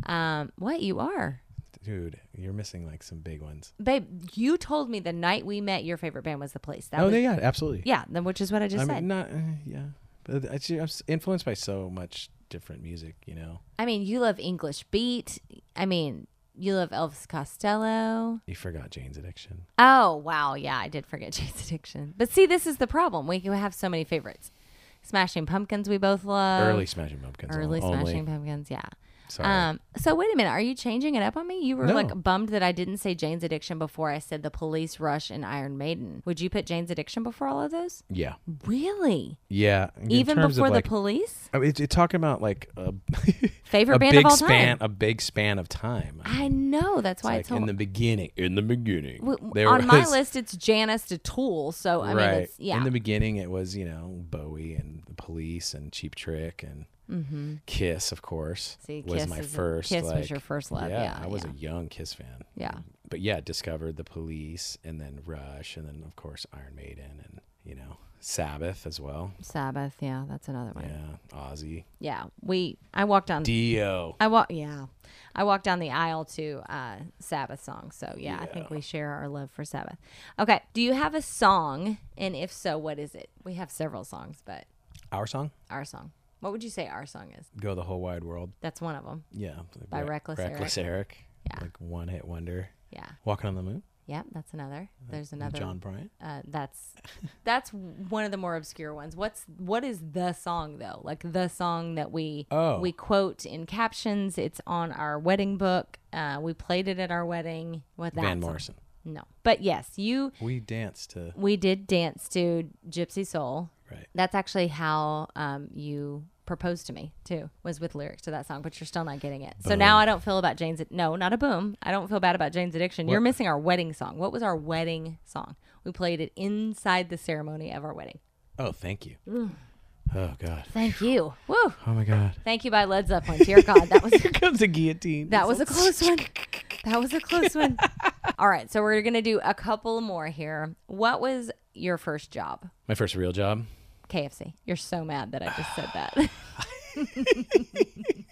Um, what you are, dude, you're missing like some big ones. babe? You told me the night we met, your favorite band was the Police. That Oh, was, they yeah, absolutely. yeah, then which is what I just I said. mean, not uh, yeah. But I ju- I'm s- influenced by so much different music, you know. I mean, you love English beat. I mean, you love Elvis Costello. You forgot Jane's Addiction. Oh wow, yeah, I did forget Jane's Addiction. But see, this is the problem. We can have so many favorites. Smashing Pumpkins, we both love. early Smashing Pumpkins. Oh. Early on- only. Smashing Pumpkins, yeah. Sorry. Um. So wait a minute, are you changing it up on me? You were No. like bummed that I didn't say Jane's Addiction before I said the Police, Rush, and Iron Maiden. Would you put Jane's Addiction before all of those? yeah, Really? yeah. In Even terms of, before like, the Police? I mean, it's- it's talking about like a Favorite a band of big all time. span, a big span of time. I know that's why it's, like in home. the beginning, in the beginning, there on my was- list, it's Janice to Tool. So I right mean, it's, yeah. in the beginning, it was you know Bowie and the Police and Cheap Trick and Kiss, of course. Mm-hmm. See, was Kiss my is a- first. Kiss was like- your first love, yeah, I was yeah. a young Kiss fan. Yeah. but yeah, discovered the Police and then Rush and then of course Iron Maiden and you know Sabbath as well. Sabbath, yeah, that's another one. Yeah, Yeah, Ozzy, we. I walked on. Dio. I walk, yeah, I walked down the aisle to uh, Sabbath songs. So yeah, I think we share our love for Sabbath. Okay, do you have a song? And if so, what is it? We have several songs, but Our song, our song. What would you say our song is? "Go the Whole Wide World." That's one of them. Yeah, By Reckless Eric. Reckless Eric. Yeah. like one hit wonder. Yeah. Walking on the Moon. Yep, that's another. There's another. John Bryant. Uh, that's that's one of the more obscure ones. What's what is the song though? Like the song that we Oh. we quote in captions. It's on our wedding book. Uh, we played it at our wedding. What that Van song. Morrison. No, but yes, you We danced to we did dance to Gypsy Soul. Right. That's actually how um, you proposed to me too. Was with lyrics to that song, but you're still not getting it. So now I don't feel about Jane's. No, not a boom. I don't feel bad about Jane's addiction. You're missing our wedding song. What was our wedding song? We played it inside the ceremony of our wedding. Oh, thank you. Mm. Oh God. Thank you. Woo. Oh my God. Thank you by Led Zeppelin. Dear God, that was Here comes a guillotine. That was a close one. That was a close one. All right, so we're gonna do a couple more here. What was your first job? My first real job. KFC. You're so mad that I just said that.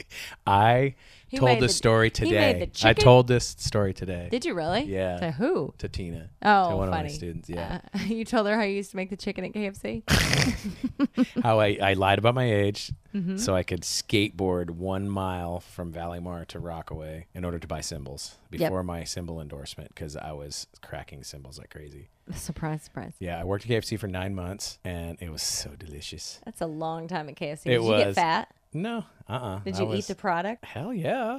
I He made told this the- story he made today. the I chicken- told this story today Did you really? Yeah. To who? to Tina. Oh, to one funny. of my students. Yeah. Uh, you told her how you used to make the chicken at KFC. Uh. How I, I lied about my age Mm-hmm. so I could skateboard one mile from Valleymar to Rockaway in order to buy cymbals before my cymbal endorsement because I was cracking cymbals like crazy. surprise, surprise. Yeah, I worked at KFC for nine months and it was so delicious. That's a long time at KFC. It Did you get was. fat? No, uh, uh Did you eat the product? Hell yeah!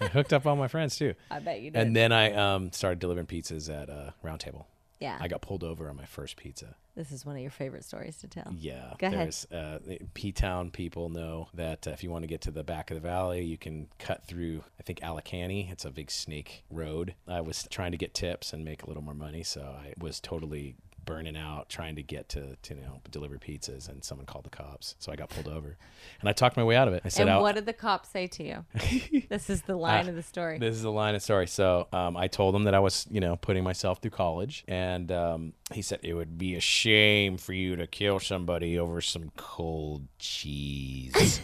I hooked up all my friends too. I bet you did. And then I um, started delivering pizzas at uh, Round Table. yeah. I got pulled over on my first pizza. this is one of your favorite stories to tell. Yeah. Go ahead. there's, Uh, P Town people know that uh, if you want to get to the back of the valley, you can cut through, I think, Alicante. It's a big snake road. I was trying to get tips and make a little more money. So I was totally burning out trying to get to, to you know deliver pizzas and someone called the cops so i got pulled over and i talked my way out of it i said And "I'll- what did the cop say to you? this is the line of the story. This is the line of story. So um, I told him that I was, you know, putting myself through college, and um, he said it would be a shame for you to kill somebody over some cold cheese.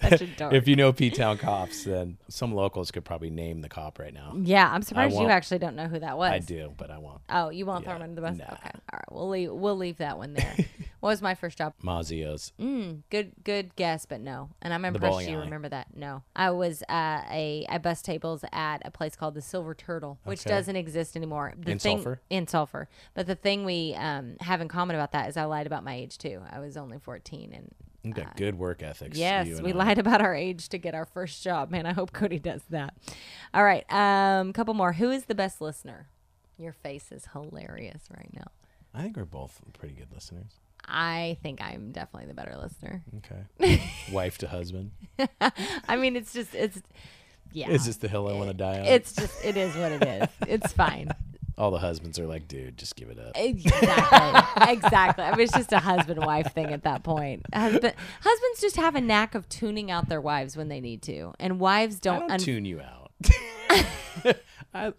Such a dark. if you know P Town cops, then some locals could probably name the cop right now. yeah, I'm surprised you won't- actually don't know who that was. I do, but I won't. Oh, you won't throw Yeah, him under the bus? nah. Okay. All right. We'll leave we'll leave that one there. what was my first job? Mazio's. Good good guess, but no. And I'm impressed bowling you alley. remember that. No. I was uh, a I bus tables at a place called the Silver Turtle, which Okay. doesn't exist anymore. The In thing, Sulphur? In sulfur. But the thing we um, have in common about that is I lied about my age too. I was only fourteen and You got good work ethics. Yes, you and we I. lied about our age to get our first job. Man, I hope Cody does that. All right. Um couple more. Who is the best listener? Your face is hilarious right now. I think we're both pretty good listeners. I think I'm definitely the better listener. Okay. Wife to husband. I mean, it's just it's yeah. Is this the hill I want to die on? it's just it is what it is. It's fine. All the husbands are like, dude, just give it up. Exactly. Exactly. I mean, it's just a husband wife thing at that point. Husband, husbands just have a knack of tuning out their wives when they need to, Oh, and wives I don't. don't un- tune you out. I,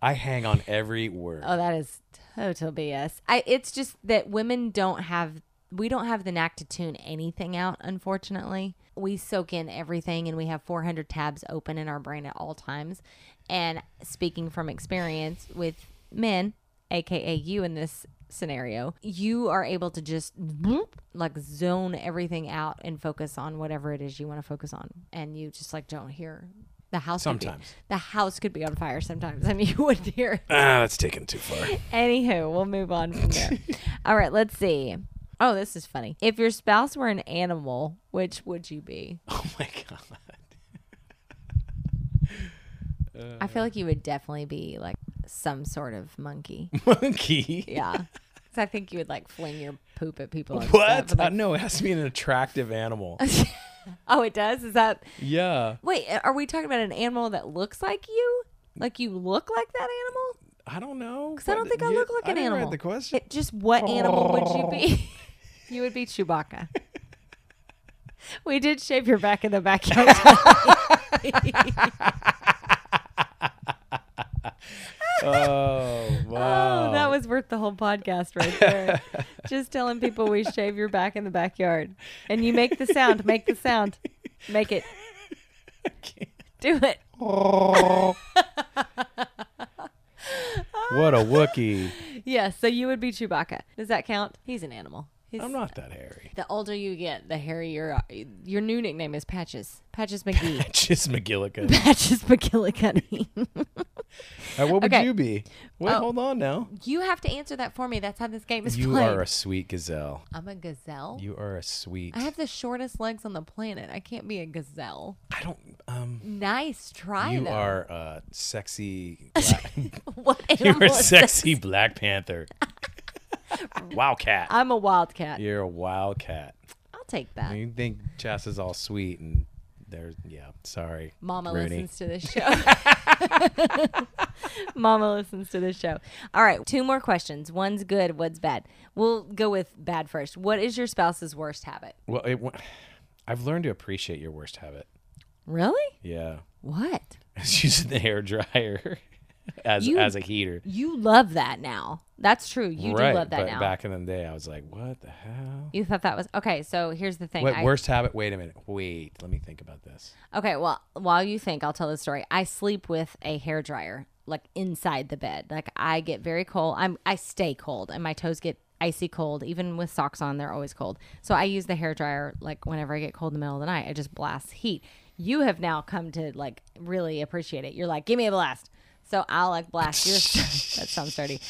I hang on every word. oh, that is total BS. I. It's just that women don't have. We don't have the knack to tune anything out, unfortunately. We soak in everything and we have 400 tabs open in our brain at all times. And speaking from experience with men, aka you in this scenario, you are able to just bloop, like zone everything out and focus on whatever it is you want to focus on, and you just like don't hear the house. could be- Sometimes. the house could be on fire sometimes, and you wouldn't hear. It. Ah, that's taken too far. Anywho, we'll move on from there. All right, let's see. Oh, this is funny. If your spouse were an animal, which would you be? oh my god. I feel like you would definitely be like some sort of monkey. Monkey. Yeah. 'Cause I think you would like fling your poop at people. and stuff, What? and, Uh, like- no, it has to be an attractive animal. oh, it does? Is that. yeah. Wait, are we talking about an animal that looks like you? Like you look like that animal? I don't know. Because I don't but think I you- look like I an didn't animal. Read the question. It- just what animal would you be? you would be Chewbacca. we did shave your back in the backyard. oh wow. Oh, that was worth the whole podcast right there. Just telling people we shave your back in the backyard. And you make the sound, make the sound. Make it. Do it. what a Wookie. Yeah, so you would be Chewbacca. Does that count? He's an animal. He's I'm not that hairy. The older you get, the hairier. uh, Your new nickname is Patches. Patches McGee. Just McGillicuddy. Patches McGillicuddy. Uh, what would Okay. you be? Wait, Oh. hold on now. You have to answer that for me. That's how this game is You played. are a sweet gazelle. I'm a gazelle. You are a sweet. I have the shortest legs on the planet. I can't be a gazelle. I don't. Um. Nice try, you though. are a sexy. Black, what you're animal a is this? sexy Black Panther. Wildcat. I'm a wildcat. You're a wildcat. I'll take that. You think Chas is all sweet and there's yeah. Sorry, Mama Rooney. listens to this show. Mama listens to this show. All right, two more questions. One's good, one's bad. We'll go with bad first. What is your spouse's worst habit? Well, it, wa- I've learned to appreciate your worst habit. Really? Yeah, What? it's using the hair dryer as You- as a heater. You love that now. That's true. You right, do love that but now. back in the day, I was like, what the hell? you thought that was okay. So here's the thing. What I- worst habit? Wait a minute. Wait, let me think about this. Okay, well, while you think, I'll tell the story. I sleep with a hair dryer, like inside the bed. Like I get very cold. I'm I stay cold, and my toes get icy cold. Even with socks on, they're always cold. So I use the hair dryer like whenever I get cold in the middle of the night. I just blast heat. You have now come to like really appreciate it. You're like, give me a blast. So I'll like blast your. that sounds dirty.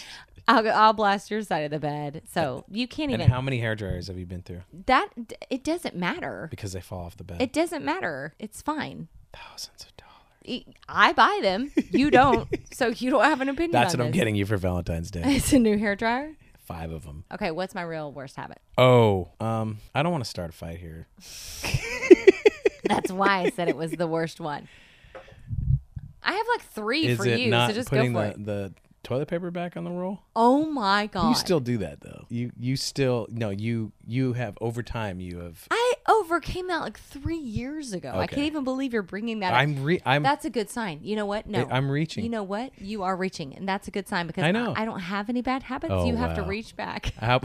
I'll go, I'll blast your side of the bed. So you can't And even how many hair dryers have you been through? that. It doesn't matter. Because they fall off the bed. It doesn't matter. It's fine. E, Thousands of dollars. I buy them. You don't. so you don't have an opinion. That's on what I'm this. getting you for Valentine's Day. It's a new hair dryer. Five of them. Okay, what's my real worst habit? Oh, um, I don't want to start a fight here. That's why I said it was the worst one. I have like three Is for it you, not so just go putting for the, it. the toilet paper back on the roll? Oh my god! You still do that though. You you still no you you have over time you have. I overcame that like three years ago. I Okay. can't even believe you're bringing that. up. I'm re I'm That's a good sign. You know what? No, I- I'm reaching. You know what? You are reaching, and that's a good sign because I I know. I, don't have any bad habits. Oh, you have to wow. reach back. how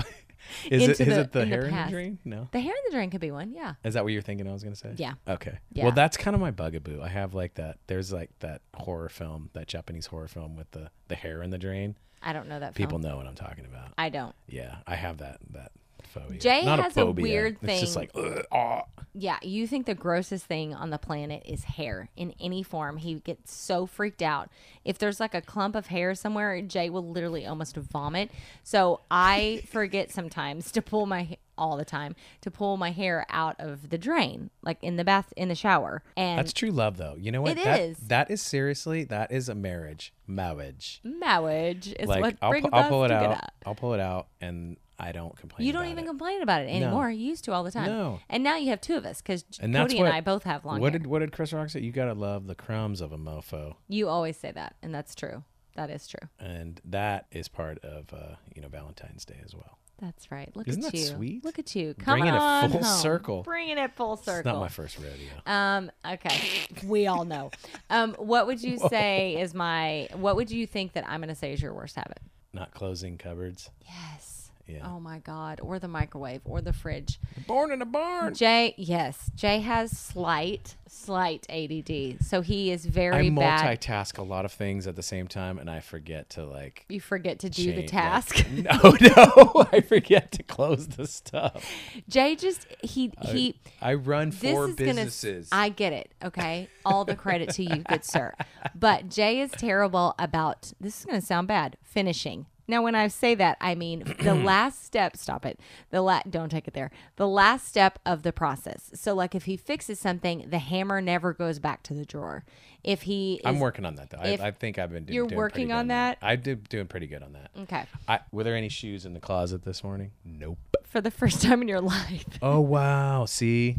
is it into is the- it the in the hair in the past. drain? No. The hair in the drain could be one. Yeah. Is that what you're thinking? I was gonna say. Yeah. Okay. Yeah. Well, that's kind of my bugaboo. I have like that. There's like that horror film, that Japanese horror film with the the hair in the drain. I don't know that. People Film. know what I'm talking about. I don't. Yeah, I have that that phobia. Jay Not has a, a phobia. weird It's just thing. like ugh, ah. Yeah, you think the grossest thing on the planet is hair in any form. He gets so freaked out. If there's like a clump of hair somewhere, Jay will literally almost vomit. So I forget sometimes to pull my ha- all the time to pull my hair out of the drain, like in the bath in the shower. And That's true love though. You know what? It That- is. That is seriously. That is a marriage. Marriage. marriage is like what I'll, brings pu- I'll us pull it out. together. I'll pull it out, and I don't complain. You don't about even it. complain about it anymore. You used to all the time. No. And now you have two of us because Cody And that's what, and I both have long What hair. did what did Chris Rock say? You gotta love the crumbs of a mofo, you always say that, and that's true. That is true. and that is part of uh, you know Valentine's Day as well. That's right. Look Isn't at that you. sweet? Look at you. Come Bringing it on full home. circle. Bringing it full circle. It's not my first rodeo. um. Okay. we all know. Um. What would you say is my? What would you think that I'm going to say is your worst habit? Not closing cupboards. Yes. Yeah. Oh my God. Or the microwave. Or the fridge. Born in a barn. Jay. Yes. Jay has slight, slight ADD. So he is very I bad. multitask a lot of things at the same time, and I forget to like. you forget to do the change, like- task. no, no, I forget to close the stuff. Jay just he he. I run four is gonna- businesses. I get it. Okay. All the credit to you, good sir. But Jay is terrible about this is going to sound bad finishing. Now, when I say that, I mean the last step. Stop it. The la- don't take it there. The last step of the process. So, like, if he fixes something, the hammer never goes back to the drawer. If he, is, I'm working on that though. if I, I think I've been doing. you're doing pretty working good on that? I did doing pretty good on that. Okay. I, were there any shoes in the closet this morning? Nope. for the first time in your life. Oh wow! See,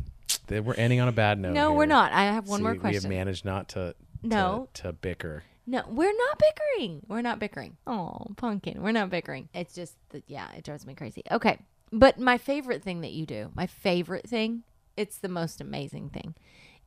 Th- we're ending on a bad note. No, we're here. not. I have one See, more We have question. managed not to No. to, to bicker. No, we're not bickering. We're not bickering. Oh, pumpkin. We're not bickering. It's just that, yeah, it drives me crazy. Okay. But my favorite thing that you do, my favorite thing, it's the most amazing thing,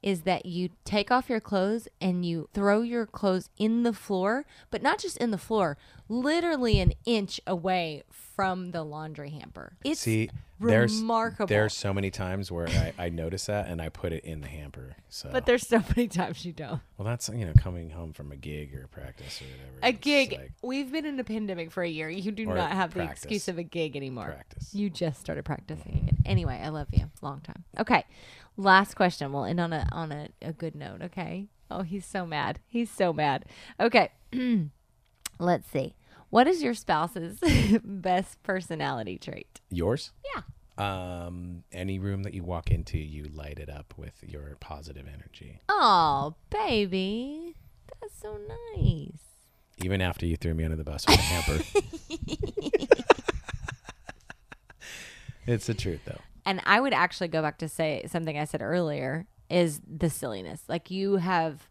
is that you take off your clothes and you throw your clothes in the floor, but not just in the floor, literally an inch away from the laundry hamper. It's See, there's remarkable. there's so many times where I, I notice that and I put it in the hamper. So, but there's so many times you don't. well, that's you know coming home from a gig or practice or whatever. A it's gig. like We've been in a pandemic for a year. You do Or not have practice. the excuse of a gig anymore. practice. You just started practicing again. Anyway, I love you. Long time. Okay. Last question. We'll end on a on a, a good note, okay? Oh, he's so mad. He's so mad. Okay. Let's see. What is your spouse's best personality trait? Yours? Yeah. Um, any room that you walk into, you light it up with your positive energy. Oh, baby. That's so nice. Even after you threw me under the bus with a hamper. it's the truth, though. And I would actually go back to say something I said earlier is the silliness. Like you have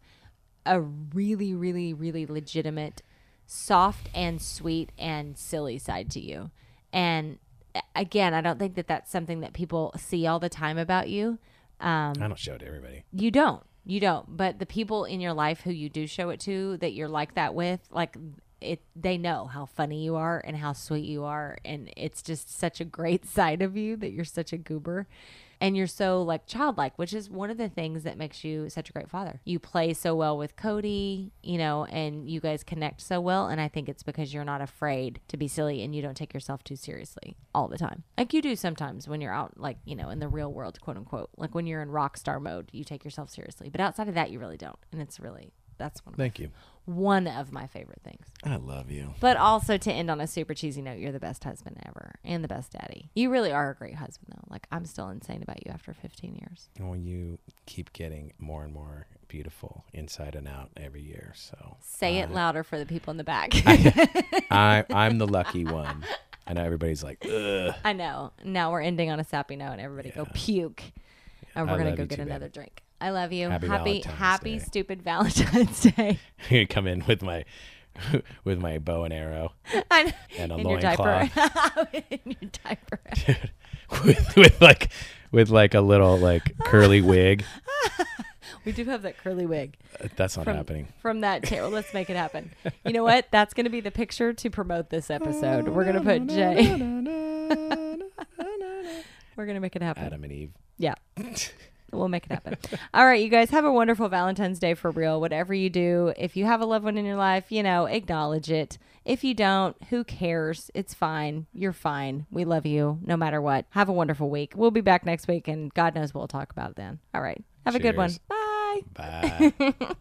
a really, really, really legitimate, soft and sweet and silly side to you. And a- again, I don't think that that's something that people see all the time about you. I don't show it to everybody. You don't. You don't. But the people in your life who you do show it to that you're like that with, like it they know how funny you are and how sweet you are and it's just such a great side of you that you're such a goober and you're so like childlike which is one of the things that makes you such a great father you play so well with cody you know and you guys connect so well and i think it's because you're not afraid to be silly and you don't take yourself too seriously all the time like you do sometimes when you're out like you know in the real world quote unquote like when you're in rock star mode you take yourself seriously but outside of that you really don't and it's really that's one of, Thank you. one of my favorite things I love you. but also to end on a super cheesy note, you're the best husband ever and the best daddy. You really are a great husband, though. Like, I'm still insane about you after 15 years. Well, you keep getting more and more beautiful inside and out every year. So Say it louder for the people in the back. I, I'm the lucky one. I know everybody's like, Ugh. I know. Now we're ending on a sappy note, and everybody go puke. And I we're going to love go you get too, babe. another drink. I love you. Happy happy, Valentine's happy Day. stupid Valentine's Day. you come in with my with my bow and arrow I- and a in your diaper. loincloth in your diaper. with, with like with like a little like curly wig. We do have that curly wig. That's not from, happening. from that table. Let's make it happen. You know what? That's going to be the picture to promote this episode. We're going to put Jay. We're going to make it happen. Adam and Eve. Yeah. We'll make it happen. All right, you guys have a wonderful Valentine's Day for real. Whatever you do, if you have a loved one in your life, you know, acknowledge it. If you don't, who cares? It's fine. You're fine. We love you no matter what. Have a wonderful week. We'll be back next week, and God knows what we'll talk about then. All right. Have a good one. Cheers. Bye. Bye.